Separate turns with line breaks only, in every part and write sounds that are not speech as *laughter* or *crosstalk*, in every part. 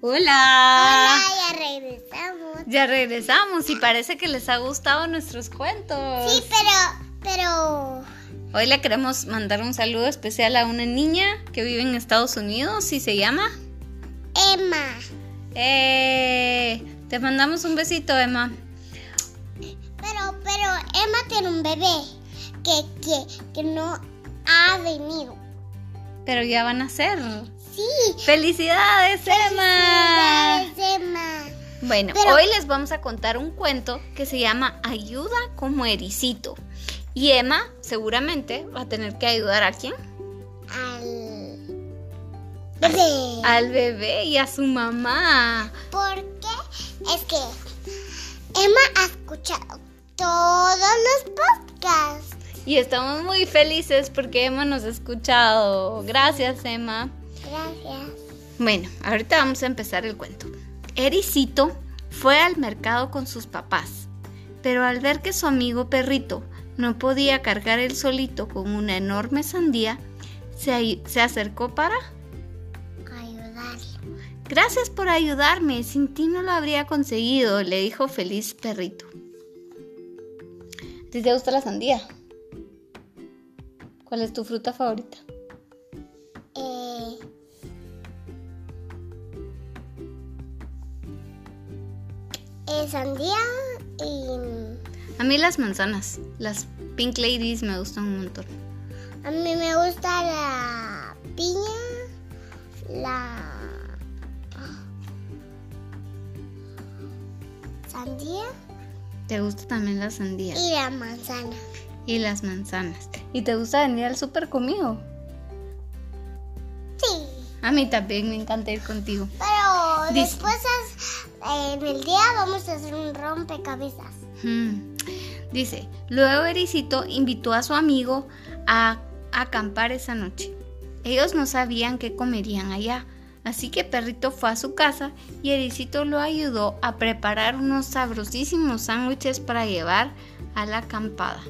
Hola.
Hola, ya regresamos.
Ya regresamos y parece que les ha gustado nuestros cuentos.
Sí, pero, pero
Hoy le queremos mandar un saludo especial a una niña que vive en Estados Unidos y se llama.
Emma,
Eh, te mandamos un besito, Emma.
pero, pero Emma tiene un bebé que, que, que no ha venido.
Pero ya van a ser.
Sí,
¡Felicidades, Emma!
felicidades, Emma.
Bueno,
Pero-
hoy les vamos a contar un cuento que se llama Ayuda como Ericito. Y Emma seguramente va a tener que ayudar a quién?
Al bebé.
Al bebé y a su mamá.
Porque es que Emma ha escuchado todos los podcasts.
Y estamos muy felices porque Emma nos ha escuchado. Gracias, Emma.
Gracias.
Bueno, ahorita vamos a empezar el cuento. Ericito fue al mercado con sus papás, pero al ver que su amigo perrito no podía cargar él solito con una enorme sandía, se, ay- se acercó para...
Ayudarlo.
Gracias por ayudarme, sin ti no lo habría conseguido, le dijo feliz perrito. ¿A ti te gusta la sandía? ¿Cuál es tu fruta favorita?
Eh, eh, sandía y...
A mí las manzanas, las Pink Ladies me gustan un montón.
A mí me gusta la piña, la sandía
¿Te gusta también la sandía?
y la manzana.
Y las manzanas. ¿Y te gusta venir al súper conmigo?
Sí,
A mí también me encanta ir contigo.
pero
Dice-
después as- en el día vamos a hacer un rompecabezas.
Hmm. Dice, luego Ericito invitó a su amigo a acampar esa noche. Ellos no sabían qué comerían allá, así que Perrito fue a su casa y Ericito lo ayudó a preparar unos sabrosísimos sándwiches para llevar a la acampada.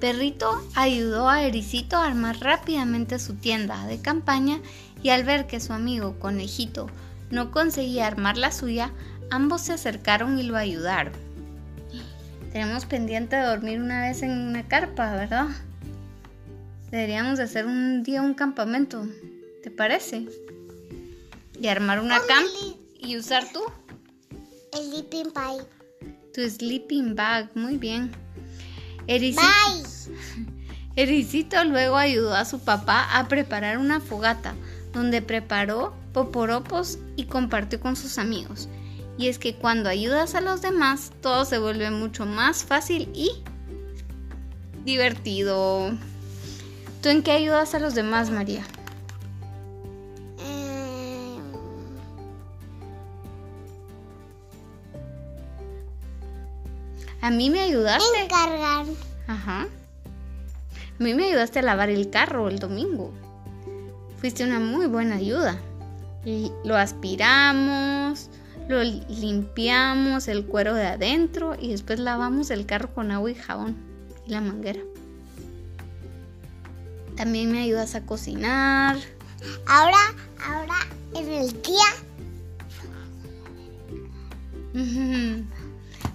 Perrito ayudó a Ericito a armar rápidamente su tienda de campaña y al ver que su amigo conejito no conseguía armar la suya, ambos se acercaron y lo ayudaron. Tenemos pendiente de dormir una vez en una carpa, ¿verdad? Deberíamos de hacer un día un campamento, ¿te parece? Y armar una camp y usar tú
El Sleeping Pie.
tu sleeping bag. Muy bien. Erici-
Bye.
Ericito luego ayudó a su papá a preparar una fogata, donde preparó poporopos y compartió con sus amigos. Y es que cuando ayudas a los demás, todo se vuelve mucho más fácil y divertido. ¿Tú en qué ayudas a los demás, María?
Eh,
A mí me ayudaste.
encargar.
Ajá. A mí me ayudaste a lavar el carro el domingo. Fuiste una muy buena ayuda. Y Lo aspiramos, lo limpiamos el cuero de adentro y después lavamos el carro con agua y jabón y la manguera. También me ayudas a cocinar. *laughs*
Ahora, ahora en el día
Ujú.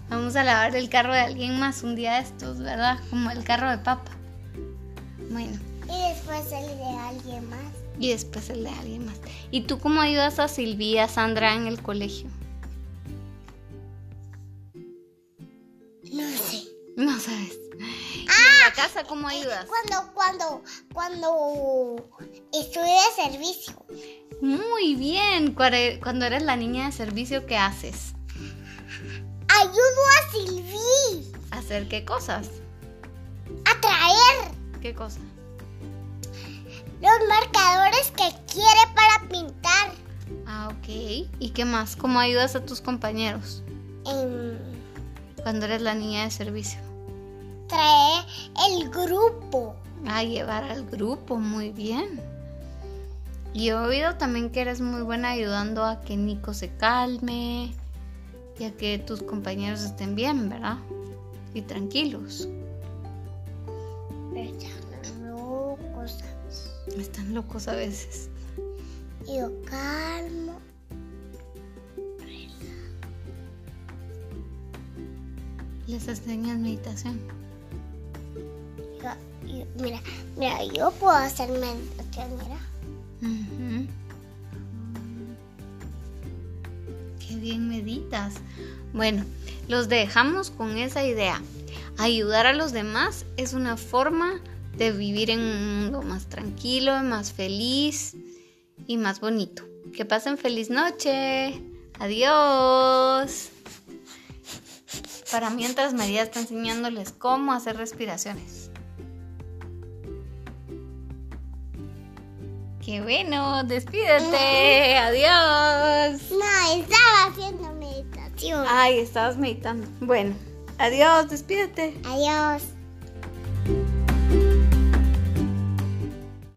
Vamos a lavar el carro de alguien más un día de estos, ¿verdad? Como el carro de papa. Bueno.
y después el de alguien más.
Y después el de alguien más. ¿Y tú cómo ayudas a Silvia, Sandra en el colegio? *laughs*
No sé.
No sabes. ¿Y ¡Ah! en la casa cómo ayudas?
Cuando, cuando, cuando estuve de servicio,
Muy bien. Cuare- Cuando eres la niña de servicio, ¿qué haces?
ayudo a Silvi
¿Hacer qué cosas?
a traer
¿Qué cosa?
los marcadores que quiere para pintar.
Ah, ok. ¿Y qué más? ¿Cómo ayudas a tus compañeros
Em,
cuando eres la niña de servicio?
traer el grupo.
A llevar al grupo, muy bien. Y he oído también que eres muy buena ayudando a que Nico se calme y a que tus compañeros estén bien, ¿verdad? Y tranquilos.
Pero ya no, cosas.
Están locos a veces.
Y yo calmo.
Les enseñas meditación.
Yo- yo- mira, mira, yo puedo hacer meditación, mira.
Ujú. Qué bien meditas. Bueno, los dejamos con esa idea. Ayudar a los demás es una forma de vivir en un mundo más tranquilo, más feliz y más bonito. Que pasen feliz noche. Adiós. Para mientras María está enseñándoles cómo hacer respiraciones. Qué bueno, despídete. Adiós.
No, estaba
Ah.
haciendo meditación.
Ay, estabas meditando. Bueno, adiós, despídete.
Adiós.